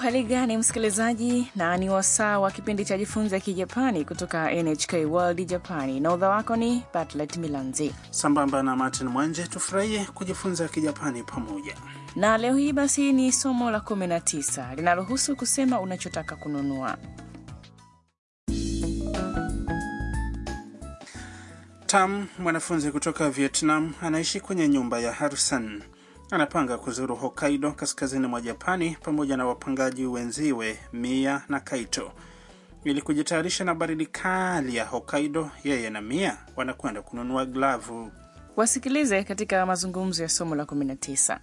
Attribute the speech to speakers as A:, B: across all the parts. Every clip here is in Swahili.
A: Hali gani msikilizaji, na ni wasaa wa kipindi cha jifunze Kijapani kutoka NHK World Japani, na udha wako ni Batlet Milanzi
B: sambamba na Martin Mwanje. Tufurahie kujifunza Kijapani pamoja,
A: na leo hii basi ni somo la 19 linalohusu kusema unachotaka kununua.
B: Tam, mwanafunzi kutoka Vietnam, anaishi kwenye nyumba ya Harrison. Anapanga kuzuru Hokkaido kaskazini mwa Japani pamoja na wapangaji wenziwe Mia na Kaito. Ili kujitayarisha na baridi kali ya Hokkaido, yeye na Mia wanakwenda kununua glavu.
A: Wasikilize katika mazungumzo ya somo la 19.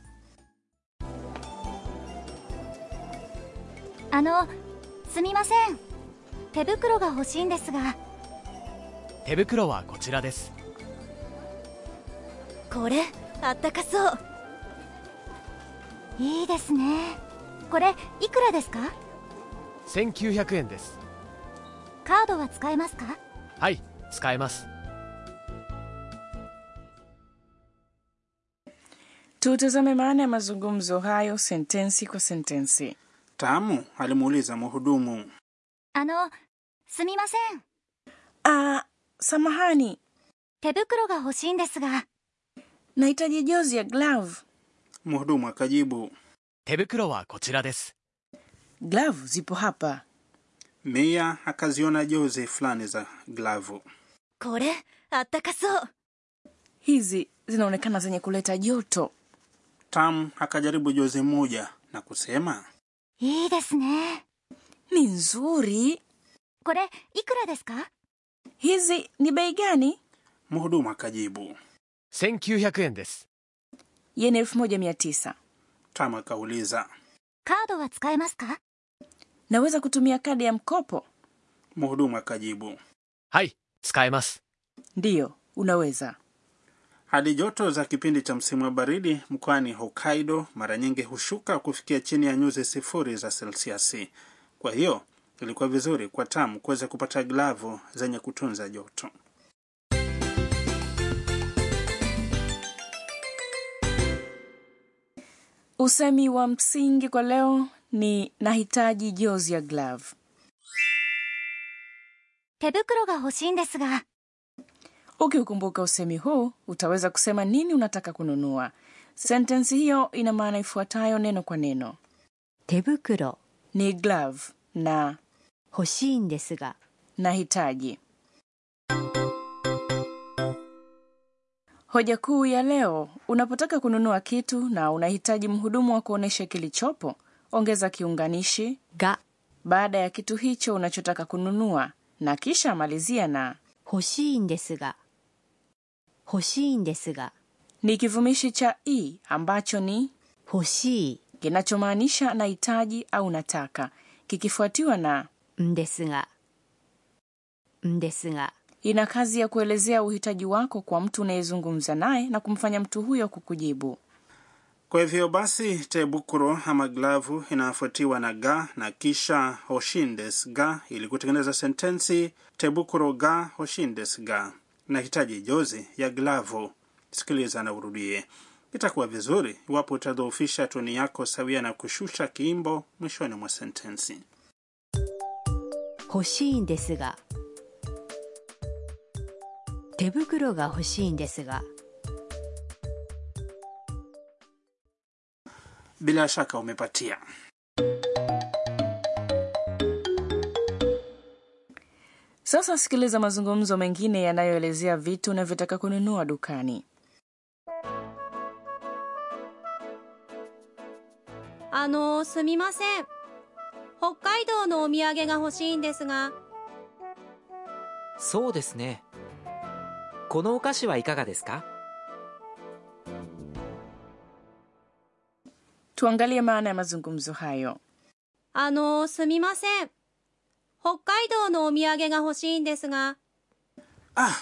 C: あのすみません手袋が欲しいんですが
D: 手袋はこちらです
C: これあったかそういいですねこれいくらですか
D: 1900円です
C: カードは使えますか
D: はい使えます
A: Tutazame maana ya mazungumzo hayo sentensi kwa sentensi.
B: Tamu alimuuliza mhudumu.
C: あのすみません
A: Ah, samahani,
C: 手袋が欲しいんですが
A: nahitaji jozi ya glove.
B: Mhudumu akajibu.
D: 手袋はこちらです
A: Glove zipo hapa.
B: Mia akaziona jozi fulani za glavu.
C: これあったかそう
A: Hizi zinaonekana zenye kuleta joto.
B: Tamu akajaribu jozi moja na kusema,
C: いいですね
A: Ni nzuri.
C: これいくらですか
A: Hizi ni bei gani?
B: mhudumu akajibu.
D: 1900円です
A: Yeni 1900.
B: Tamu akauliza.
C: カードは使えますか
A: Naweza kutumia kadi ya mkopo?
B: Mhudumu akajibu.
D: はい使えます
A: Ndiyo, unaweza.
B: Hali joto za kipindi cha msimu wa baridi mkoani Hokkaido mara nyingi hushuka kufikia chini ya nyuzi sifuri za selsiasi. Kwa hiyo ilikuwa vizuri kwa Tam kuweza kupata glavu zenye kutunza joto.
A: Usemi wa msingi kwa leo ni nahitaji jozi ya glove.
C: 手袋が欲しいんですが
A: Ukiukumbuka usemi huu utaweza kusema nini unataka kununua. Sentensi hiyo ina maana ifuatayo neno kwa neno:
E: 手袋
A: ni glove na
E: 欲しいんですが
A: nahitaji. Hoja kuu ya leo: unapotaka kununua kitu na unahitaji mhudumu wa kuonyesha kilichopo, ongeza kiunganishi
E: が
A: baada ya kitu hicho unachotaka kununua, na kisha malizia na
E: 欲しいんですが欲しいんですが
A: ni kivumishi cha i ambacho ni
E: 欲し
A: kinachomaanisha nahitaji au nataka, kikifuatiwa na
E: いんですがんですが
A: ina kazi ya kuelezea uhitaji wako kwa mtu unayezungumza naye na kumfanya mtu huyo kukujibu.
B: Kwa hivyo basi, tebukuro ama glavu inafuatiwa na ga na kisha hoshindes ga ili kutengeneza sentensi tebukuro ga hoshindes ga, nahitaji jozi ya glavu. Sikiliza na urudie. Itakuwa vizuri iwapo utadhoofisha toni yako sawia na kushusha kiimbo mwishoni mwa sentensi.
E: 欲しいんですが手袋が欲しいんですが
B: Bila shaka umepatia.
A: Sasa sikiliza mazungumzo mengine yanayoelezea vitu unavyotaka kununua dukani.
F: あのすみません北海道のお土産が欲しいんですが
G: そうですねこのお菓子はいかがですか
A: Tuangalie maana ya mazungumzo hayo.
F: あのすみません北海道のお土産が欲しいんですが
B: Ah,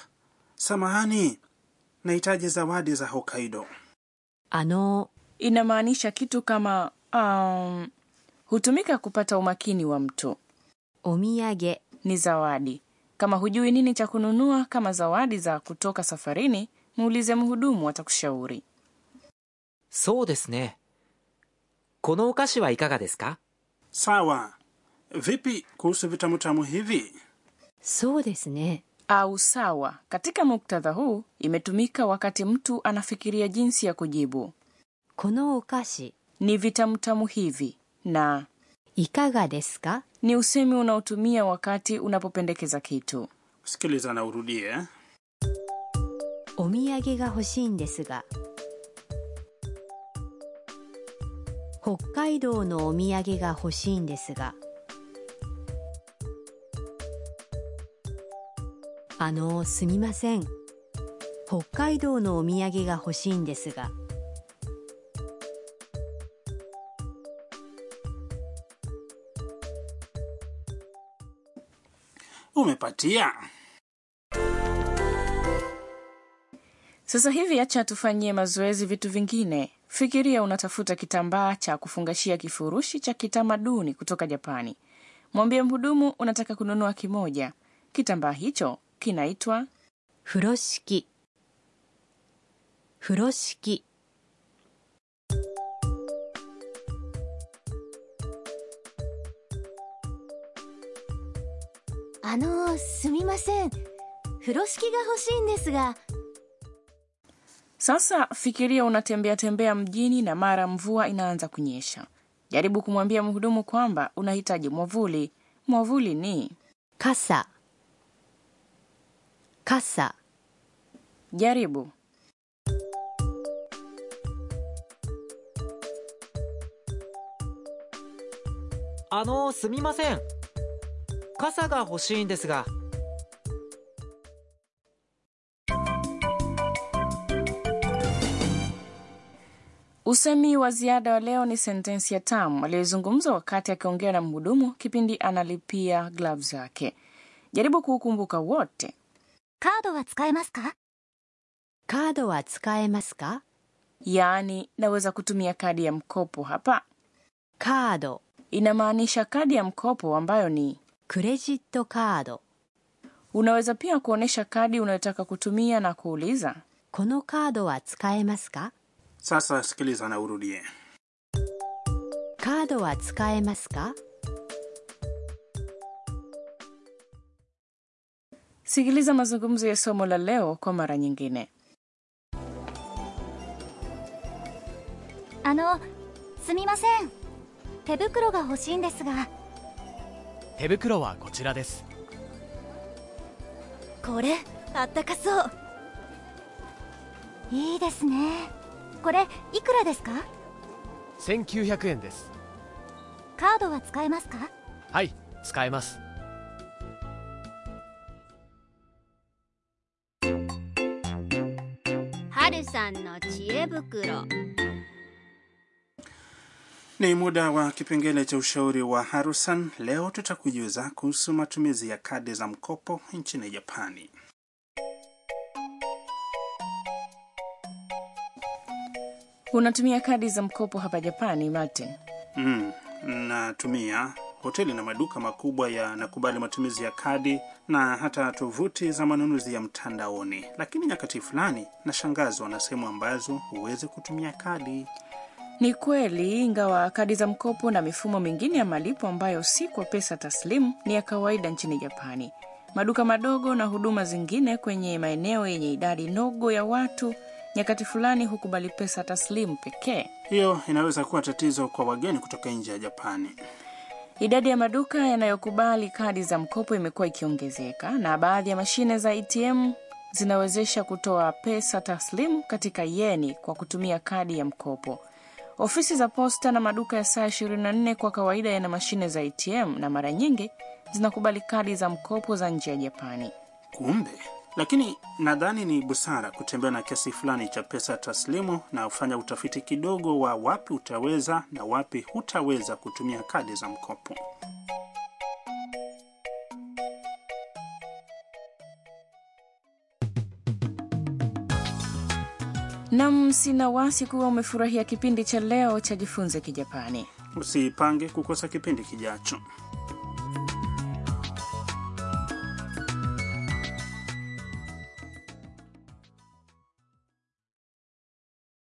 B: samahani, nahitaji zawadi za Hokkaido.
E: あの
A: Inamaanisha kitu kama um, hutumika kupata umakini wa mtu,
E: お土産
A: ni zawadi. Kama hujui nini cha kununua kama zawadi za kutoka safarini, muulize mhudumu, atakushauri.
G: そうですねこのお菓子はいかがですか
B: Sawa. Vipi kuhusu vitamu tamu hivi?
E: そうですね
A: au sawa katika muktadha huu imetumika wakati mtu anafikiria jinsi ya kujibu
E: このお菓子
A: ni vitamtamu hivi na
E: いかがですか
A: ni usemi unaotumia wakati unapopendekeza kitu
B: Sikiliza na urudie.
E: お土産が欲しいんですが北海道のお土産が欲しいんですがあのすみません北海道のお土産が欲しいんですが
B: Umepatia.
A: sasa hivi acha tufanyie mazoezi vitu vingine fikiria unatafuta kitambaa cha kufungashia kifurushi cha kitamaduni kutoka japani mwambie mhudumu unataka kununua kimoja kitambaa hicho kinaitwa
E: 風呂敷風呂敷
C: あのー、すみません風呂敷が欲しいんですが
A: Sasa fikiria unatembea tembea mjini na mara mvua inaanza kunyesha. Jaribu kumwambia mhudumu kwamba unahitaji mwavuli. Mwavuli ni
E: 傘傘
A: jaribu.
G: あのすみません傘が欲しいんですが
A: Usemi wa ziada wa leo ni sentensi ya Tam aliyezungumza wakati akiongea na mhudumu kipindi analipia glavu zake. Jaribu kuukumbuka wote.
C: カードは使えますか
E: カードは使えますか
A: Yaani, naweza kutumia kadi ya mkopo hapa.
E: カード
A: Inamaanisha kadi ya mkopo ambayo ni
E: クレジットカード
A: unaweza pia kuonyesha kadi unayotaka kutumia na kuuliza
E: このカードは使えますか
B: Sasa sikiliza na urudie.
E: カードは使えますか
A: sikiliza mazungumzo ya somo la leo kwa mara nyingine
C: あのすみません手袋が欲しいんですが
D: 手袋はこちらです
C: これあったかそういいですねこれいくらですか
D: 1900円です
C: カードは使えますか
D: はい使えます
F: はるさんの知恵袋
B: Ni muda wa kipengele cha ushauri wa Harusan. Leo tutakujuza kuhusu matumizi ya kadi za mkopo nchini Japani.
A: unatumia kadi za mkopo hapa japani martin
B: Mm, natumia hoteli na maduka makubwa yanakubali matumizi ya kadi na hata tovuti za manunuzi ya mtandaoni, lakini nyakati fulani nashangazwa na sehemu ambazo huwezi kutumia kadi.
A: ni kweli ingawa kadi za mkopo na mifumo mingine ya malipo ambayo si kwa pesa taslimu ni ya kawaida nchini japani maduka madogo na huduma zingine kwenye maeneo yenye idadi ndogo ya watu nyakati fulani hukubali pesa taslimu pekee
B: Hiyo inaweza kuwa tatizo kwa wageni kutoka nje ya Japani.
A: Idadi ya maduka yanayokubali kadi za mkopo imekuwa ikiongezeka na baadhi ya mashine za ATM zinawezesha kutoa pesa taslimu katika yeni kwa kutumia kadi ya mkopo. Ofisi za posta na maduka ya saa 24 kwa kawaida yana mashine za ATM na mara nyingi zinakubali kadi za mkopo za nje ya Japani.
B: Kumbe, lakini nadhani ni busara kutembea na kiasi fulani cha pesa taslimu na kufanya utafiti kidogo wa wapi utaweza na wapi hutaweza kutumia kadi za mkopo.
A: Nam, sina wasi kuwa umefurahia kipindi cha leo cha Jifunze Kijapani.
B: Usipange kukosa kipindi kijacho.